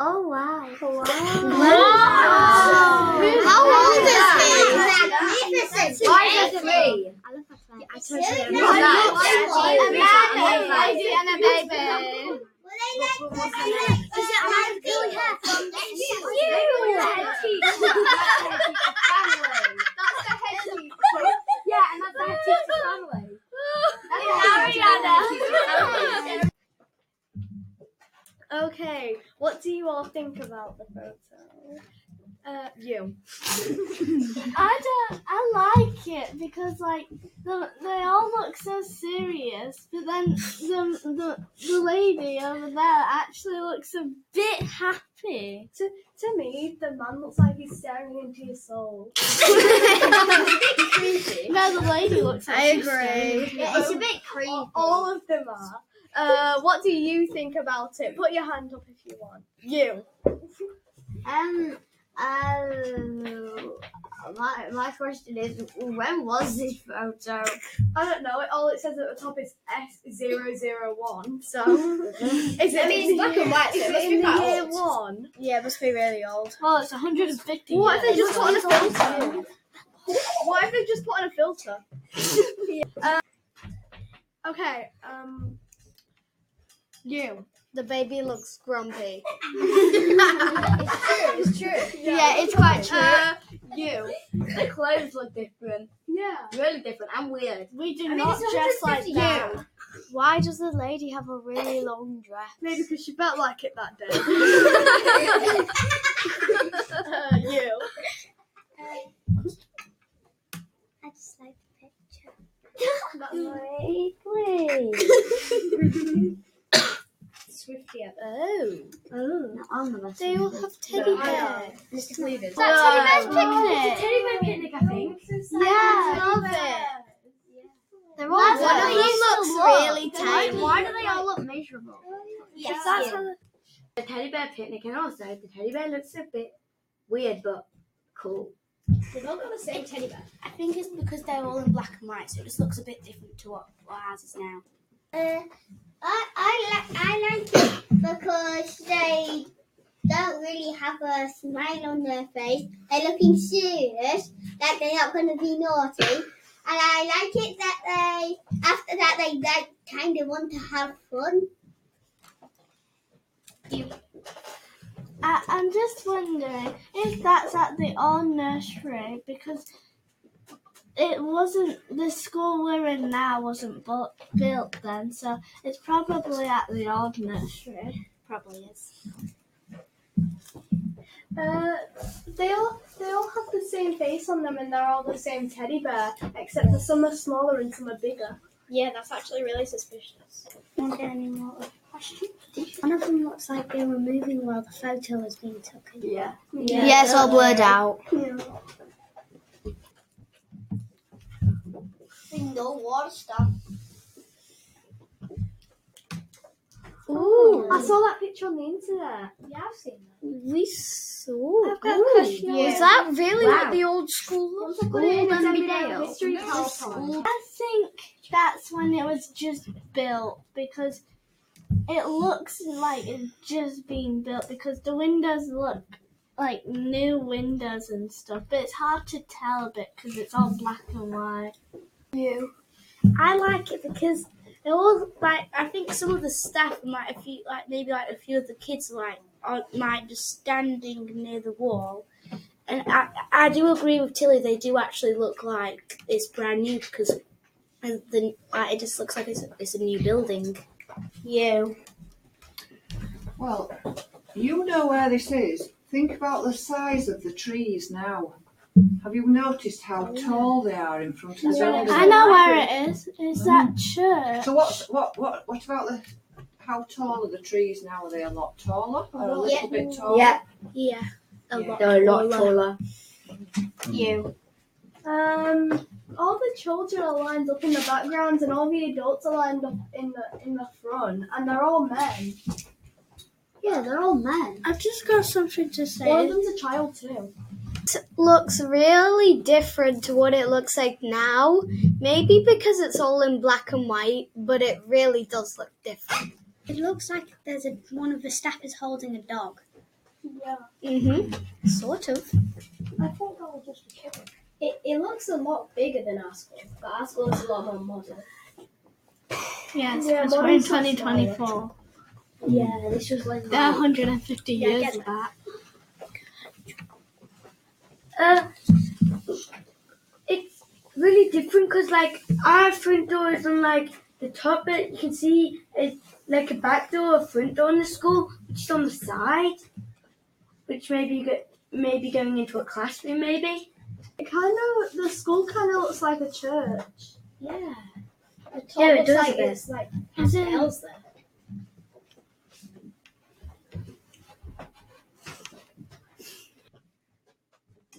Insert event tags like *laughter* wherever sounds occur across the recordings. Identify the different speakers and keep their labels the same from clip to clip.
Speaker 1: Oh wow.
Speaker 2: Wow.
Speaker 1: How old is he?
Speaker 2: Magnificent.
Speaker 1: Why is it
Speaker 2: three?
Speaker 1: I Okay, what do you all think about the photo?
Speaker 3: Uh, you.
Speaker 1: I don't. I like it because like the, they all look so serious, but then the, the the lady over there actually looks a bit happy.
Speaker 3: To, to me, the man looks like he's staring into your soul. *laughs* Creepy.
Speaker 1: No, the lady looks.
Speaker 3: I agree.
Speaker 2: It's a bit creepy.
Speaker 3: All of them are. Uh, what do you think about it? Put your hand up if you want. You.
Speaker 2: Um, uh, my, my question is, when was this photo?
Speaker 3: I don't know. All it says at the top is S001. *laughs* So, is it?
Speaker 2: I mean, it's
Speaker 3: in the
Speaker 2: black
Speaker 3: year-
Speaker 2: and white, so
Speaker 3: Is
Speaker 2: it
Speaker 3: it
Speaker 2: must
Speaker 3: in
Speaker 2: be
Speaker 3: the
Speaker 2: quite
Speaker 3: year
Speaker 2: old.
Speaker 3: one?
Speaker 2: Yeah, it must be really old.
Speaker 1: Well, it's 150.
Speaker 3: What if they
Speaker 1: years
Speaker 3: just put on a
Speaker 1: old.
Speaker 3: filter? What if they just put on a filter? *laughs* Uh, okay. Um. You.
Speaker 2: The baby looks
Speaker 3: *laughs*
Speaker 2: grumpy.
Speaker 3: It's true.
Speaker 2: Yeah, it's quite true.
Speaker 3: Uh, you.
Speaker 4: The clothes look different,
Speaker 3: Yeah.
Speaker 4: really different and weird.
Speaker 1: We do
Speaker 3: mean,
Speaker 1: not
Speaker 3: it's
Speaker 1: dress like
Speaker 3: 150
Speaker 1: that.
Speaker 3: years.
Speaker 1: Why does the lady have a really long dress?
Speaker 3: Maybe because she felt like it
Speaker 4: *laughs*
Speaker 3: that day. uh, you.
Speaker 1: I just like the picture.
Speaker 3: That's Swifty at
Speaker 1: Oh.
Speaker 3: Oh.
Speaker 1: They all have teddy bears.
Speaker 4: Mr. Cleavers.
Speaker 1: That teddy
Speaker 3: Wow.
Speaker 1: bear's picnic.
Speaker 4: Teddy bear picnic, I think.
Speaker 1: Yeah.
Speaker 2: love
Speaker 1: They're all
Speaker 2: One of
Speaker 1: white.
Speaker 2: them looks really tiny.
Speaker 3: Why
Speaker 2: do they all look miserable?
Speaker 1: If that's how the-
Speaker 4: The teddy bear picnic, and also the teddy bear looks a bit weird but cool.
Speaker 5: They've all got the same teddy bear.
Speaker 6: I think it's because they're all in black and white, so it just looks a bit different to what, what ours is now.
Speaker 5: Uh, I, I, like, I like it because they don't really have a smile on their face. They're looking serious, like they're not going to be naughty. And I like it that they, after that, they like, kind of want to have fun.
Speaker 1: I, uh, I'm just wondering if that's at the old nursery because it wasn't the school we're in now wasn't bu- built then, so it's probably at the old nursery.
Speaker 6: Probably is.
Speaker 3: Uh, they all they all have the same face on them, and they're all the same teddy bear, except for some are smaller and some are bigger.
Speaker 5: Yeah, that's actually really suspicious.
Speaker 6: Are there any more other questions? One of them looks like they were moving while the photo was being taken.
Speaker 3: Yeah.
Speaker 2: Yeah, it's all blurred out.
Speaker 5: Single water stuff.
Speaker 3: Ooh, I saw that picture on the internet.
Speaker 5: Yeah, I've seen that.
Speaker 2: We saw.
Speaker 3: I've got a question.
Speaker 2: Is that really
Speaker 4: Wow.
Speaker 2: what the old school looks
Speaker 3: Once I
Speaker 2: like?
Speaker 3: put it in
Speaker 2: School
Speaker 3: every day
Speaker 2: Emmerdale.
Speaker 3: history PowerPoint.
Speaker 1: I think that's when it was just built because it looks like it's just being built because the windows look like new windows and stuff, but it's hard to tell a bit because it's all black and white.
Speaker 6: I like it because they all like. I think some of the staff might a few like maybe like a few of the kids like are, might just standing near the wall, and I I do agree with Tilly. They do actually look like it's brand new because. And then like, it just looks like it's, it's a new building. You.
Speaker 7: Well, you know where this is. Think about the size of the trees now. Have you noticed how tall they are in front of the
Speaker 3: right.
Speaker 7: building?
Speaker 1: I know where it is. It's
Speaker 6: Mm.
Speaker 1: that church.
Speaker 7: So what's what what what about the how tall are the trees now? Are they a lot taller or a little bit taller?
Speaker 4: Yeah.
Speaker 6: Yeah. A
Speaker 7: Yeah.
Speaker 6: lot.
Speaker 4: They're a lot taller.
Speaker 6: taller. You.
Speaker 3: Um, all the children are lined up in the background, and all the adults are lined up in the in the front, and they're all men.
Speaker 5: Yeah, they're all men.
Speaker 6: I've just got something to say.
Speaker 3: One of them's a child too.
Speaker 2: looks really different to what it looks like now. Maybe because it's all in black and white, but it really does look different.
Speaker 6: It looks like there's a, one of the staff is holding a dog.
Speaker 3: Yeah.
Speaker 2: Mm-hmm. Sort of.
Speaker 3: I thought that was just a kitten. It, it looks a lot bigger than our school, but our school is a lot more modern.
Speaker 1: Yes,
Speaker 3: Yeah,
Speaker 1: because we're in
Speaker 3: mine's not
Speaker 1: 2024.
Speaker 3: Yeah, this was like
Speaker 1: They're 150
Speaker 3: Yeah, I
Speaker 1: years
Speaker 3: get that.
Speaker 1: back.
Speaker 4: Uh, it's really different because, like, our front door is on like the top bit. You can see it's like a back door, a front door in the school, which is on the side, which maybe you get maybe going into a classroom, maybe.
Speaker 3: It kind of the school kind of looks like a church.
Speaker 4: Yeah.
Speaker 3: The top
Speaker 4: Yeah, it
Speaker 3: looks
Speaker 4: does
Speaker 3: like
Speaker 4: a bit.
Speaker 3: it's like
Speaker 1: Is it-
Speaker 3: pastels there.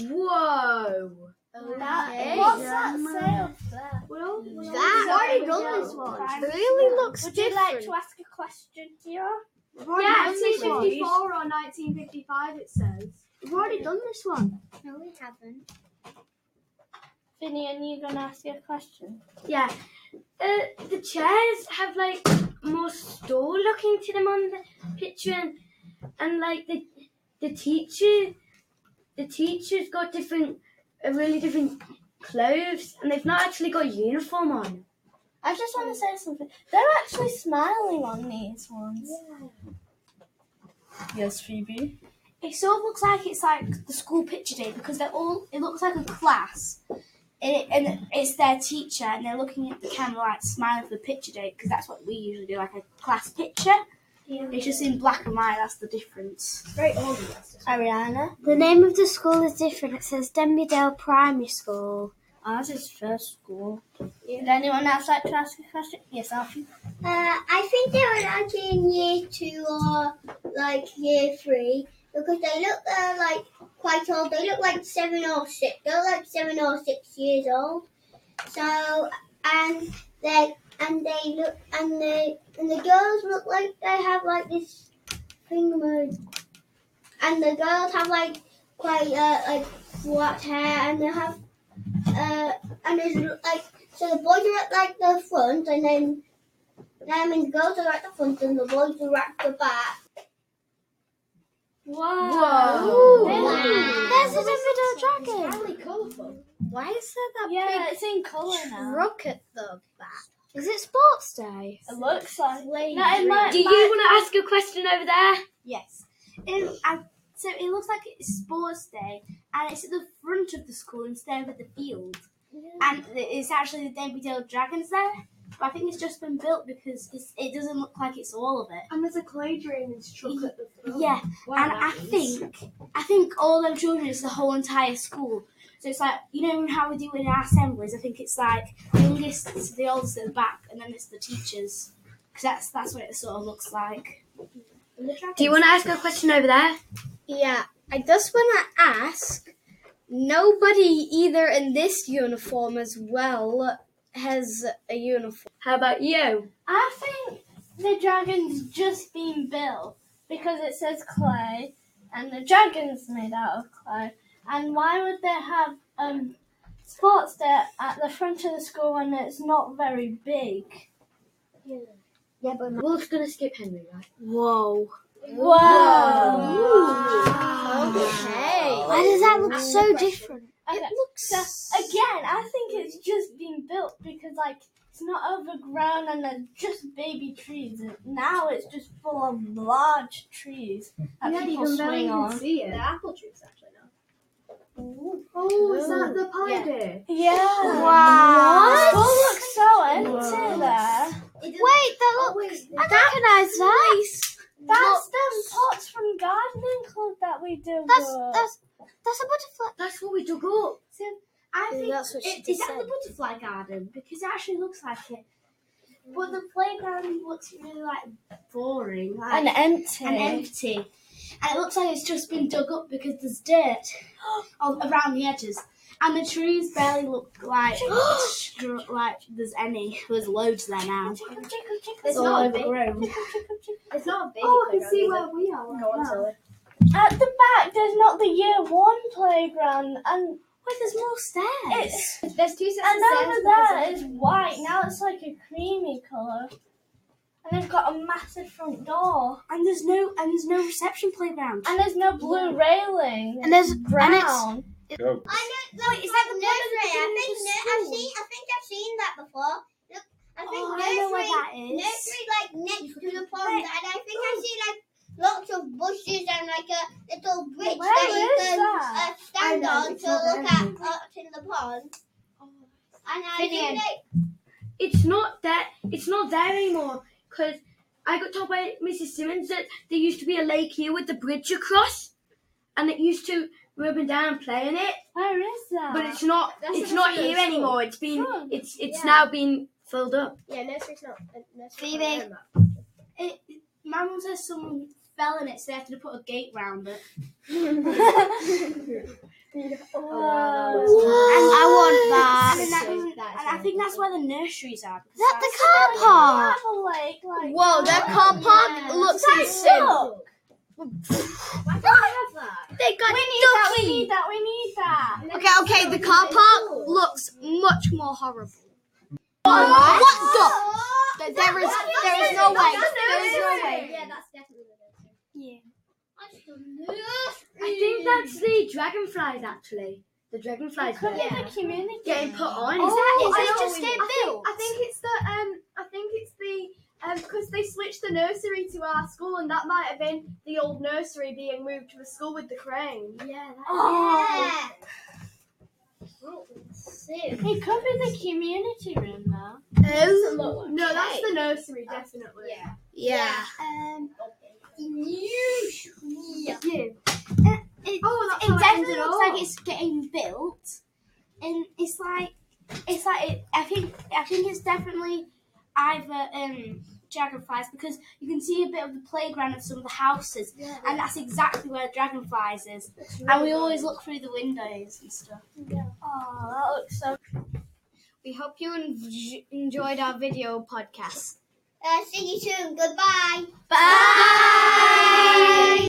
Speaker 4: Whoa.
Speaker 3: Oh,
Speaker 1: That-
Speaker 5: Okay.
Speaker 1: what's that say up there?
Speaker 3: Well, we
Speaker 2: That-
Speaker 1: Sorry,
Speaker 3: already know
Speaker 1: this one.
Speaker 2: Really looks
Speaker 1: Would you
Speaker 2: different.
Speaker 1: like to ask a question here?
Speaker 3: We've already
Speaker 1: Yeah,
Speaker 3: done
Speaker 1: it's
Speaker 3: this
Speaker 1: like
Speaker 3: one.
Speaker 1: 54
Speaker 3: or 1955 it says.
Speaker 1: We've already done this one.
Speaker 5: No, we haven't.
Speaker 1: Finny, and you going to ask your question?
Speaker 4: Yeah. Uh, the chairs have like more store looking to them on the picture, and, and like the the teacher, the teacher's got different, uh, really different clothes, and they've not actually got a uniform on.
Speaker 1: I just want to say something. They're actually smiling on these ones. Yes, Phoebe.
Speaker 6: It sort of looks like it's like the school picture day because they're all. It looks like a class, and, it, and it's their teacher, and they're looking at the camera like smiling for the picture day because that's what we usually do, like a class picture. It's just in black and white. That's the difference.
Speaker 3: Very old. yes.
Speaker 1: Ariana.
Speaker 2: The name of the school is different. It says Denbydale Primary School.
Speaker 1: Ours is Oh, first school. Would anyone else like to ask a question? Yes, Alfie.
Speaker 5: Uh, I think they were like in year two or like year three because they look uh, like quite old. They look like seven or six. They look like seven or six years old. So and they and they look and they and the girls look like they have like this thing mode. And the girls have like quite uh, like black hair and they have uh and there's like so the boys are at like the front and then I mean, the girls are at the front and the boys are at the back.
Speaker 4: Whoa!
Speaker 2: There's a Denbydale Dragon.
Speaker 3: Really colourful.
Speaker 2: Why is there that
Speaker 1: Yeah, it's in colour
Speaker 2: big
Speaker 1: now.
Speaker 2: truck at the back? Is it sports day?
Speaker 1: It looks like.
Speaker 3: Like,
Speaker 1: No, it might.
Speaker 4: Do you
Speaker 1: might-
Speaker 4: want to ask a question over there?
Speaker 6: Yes. Um, I, so it looks like it's sports day, and it's at the front of the school instead of at the field. And it's actually the Denbydale Dragons there. But I think it's just been built because it's, it doesn't look like it's all of it.
Speaker 3: and there's a clay drainage truck at the
Speaker 1: Oh.
Speaker 3: front.
Speaker 6: Yeah,
Speaker 3: Wow,
Speaker 6: and I
Speaker 3: that is-
Speaker 6: think I think all them children is the whole entire school. So it's like you know how we do in our assemblies. I think it's like the youngest to the oldest at the back, and then it's the teachers. Because that's that's what it sort of looks like.
Speaker 4: Do you want to ask a question over there?
Speaker 2: Yeah, I just want to ask. Nobody either in this uniform as well has a uniform.
Speaker 4: How about you?
Speaker 1: I think the dragon's just been built because it says clay, and the dragon's made out of clay. And why would they have um, sports day at the front of the school when it's not very big?
Speaker 4: Yeah, but we're just gonna skip Henry, right?
Speaker 2: Whoa.
Speaker 5: Okay.
Speaker 2: Why does that look so different?
Speaker 1: Okay.
Speaker 2: It looks.
Speaker 1: Again, I think it's just been built because like it's not overgrown and there's just baby trees. And now it's just full of large trees that
Speaker 3: Yeah, you
Speaker 1: people
Speaker 3: can barely
Speaker 1: swing
Speaker 3: even
Speaker 1: on.
Speaker 3: see it.
Speaker 5: apple trees, actually, no.
Speaker 3: Oh, is that the pie day?
Speaker 1: Yeah.
Speaker 2: Wow.
Speaker 1: The school looks so empty there.
Speaker 5: It doesn't-
Speaker 2: Wait, that
Speaker 5: oh,
Speaker 2: looks.
Speaker 5: wait,
Speaker 2: I recognize that.
Speaker 1: That's them pots from gardening club that we do.
Speaker 2: That's
Speaker 1: work.
Speaker 2: that's that's a butterfly.
Speaker 4: That's what we dug up.
Speaker 6: I think
Speaker 2: that's what
Speaker 6: it, is that the butterfly garden because it actually looks like it. But the playground looks really like boring like,
Speaker 1: and empty.
Speaker 6: and empty, and it looks like it's just been dug up because there's
Speaker 3: *gasps*
Speaker 6: dirt all around the edges, and the trees barely look like
Speaker 3: *gasps*
Speaker 6: str- like there's any. There's loads there now.
Speaker 3: It's
Speaker 1: all
Speaker 3: not a big.
Speaker 1: overgrown.
Speaker 3: It's not a big. Oh, I can
Speaker 5: playground,
Speaker 3: see
Speaker 5: is
Speaker 3: where we are.
Speaker 5: Go on, Zoe.
Speaker 1: At the back, there's not the year one playground, and
Speaker 6: Wait, there's more stairs.
Speaker 1: it's
Speaker 3: There's two sets
Speaker 1: and over there is white. Now it's like a creamy color. And they've got a massive front door.
Speaker 6: And there's no and there's no reception playground.
Speaker 1: And there's no blue railing.
Speaker 2: And there's
Speaker 1: brown.
Speaker 3: Oh,
Speaker 8: Go.
Speaker 5: I know. Look, Wait, is that the nursery? I think nu- I've seen. I think I've seen that before. Look, I think
Speaker 1: oh, I know where
Speaker 5: nursery,
Speaker 1: that is.
Speaker 5: nursery like next to the pond, and I think I see like lots of bushes and like a little bridge
Speaker 1: Where
Speaker 5: that you
Speaker 1: is
Speaker 5: can
Speaker 1: that?
Speaker 5: Uh, stand
Speaker 3: I know,
Speaker 5: on
Speaker 3: it's
Speaker 5: to
Speaker 3: not
Speaker 5: look
Speaker 3: there.
Speaker 5: at up in the pond. And I
Speaker 4: Vivian.
Speaker 5: think they,
Speaker 4: It's not that. It's not there anymore because I got told by Mrs. Simmons that there used to be a lake here with the bridge across, and it used to we been down and play in it,
Speaker 1: Where is that?
Speaker 4: but it's not.
Speaker 2: That's
Speaker 4: Ah, it's
Speaker 2: the
Speaker 4: not
Speaker 2: nursery
Speaker 4: here
Speaker 2: at school.
Speaker 4: anymore. It's been.
Speaker 1: Sure.
Speaker 4: It's it's
Speaker 2: Yeah.
Speaker 4: now been filled up.
Speaker 2: Yeah, nursery's not. uh, Nursery's
Speaker 5: Phoebe.
Speaker 2: not on that.
Speaker 6: It, my mum says someone fell in it, so they have to put a gate round it. Oh,
Speaker 5: and I want
Speaker 6: And, then that, and I think that's where the nurseries are. because
Speaker 5: that the
Speaker 6: that's-
Speaker 5: car
Speaker 1: I
Speaker 5: park?
Speaker 1: have a lake like
Speaker 2: Whoa, that car park looks insane.
Speaker 1: look.
Speaker 2: They got
Speaker 1: that, we
Speaker 2: ducky.
Speaker 1: need that, we need that.
Speaker 2: Okay, okay, the car park looks much more horrible. What, what the? Th- There is, there is no way. There is no way.
Speaker 5: Yeah, that's definitely Yeah.
Speaker 4: I think that's the dragonflies actually. The dragonflies
Speaker 1: Couldn't
Speaker 4: were
Speaker 1: the community
Speaker 4: getting put on.
Speaker 2: Oh,
Speaker 4: Is
Speaker 2: I
Speaker 4: that- is
Speaker 2: just
Speaker 4: that
Speaker 2: get built.
Speaker 3: I think it's the um. I think it's the um because they switched the nursery to our school, and that might have been the old nursery being moved to the school with the crane.
Speaker 1: It could be the community room though.
Speaker 2: Oh,
Speaker 3: No, that's the nursery, definitely.
Speaker 5: Yeah.
Speaker 2: yeah.
Speaker 1: Um,
Speaker 5: Yeah.
Speaker 1: you.
Speaker 3: Oh, that's
Speaker 1: It
Speaker 3: how
Speaker 1: definitely
Speaker 3: ended
Speaker 1: looks
Speaker 3: up.
Speaker 1: like it's getting built, and it's like it's like it, I think I think it's definitely either um dragonflies because you can see a bit of the playground of some of the houses, and that's exactly where dragonflies is. and we always look through the windows and stuff. Oh, that looks so.
Speaker 2: We hope you en- enjoyed our video podcast.
Speaker 1: uh,
Speaker 5: Uh, see you soon. Goodbye.
Speaker 1: Bye.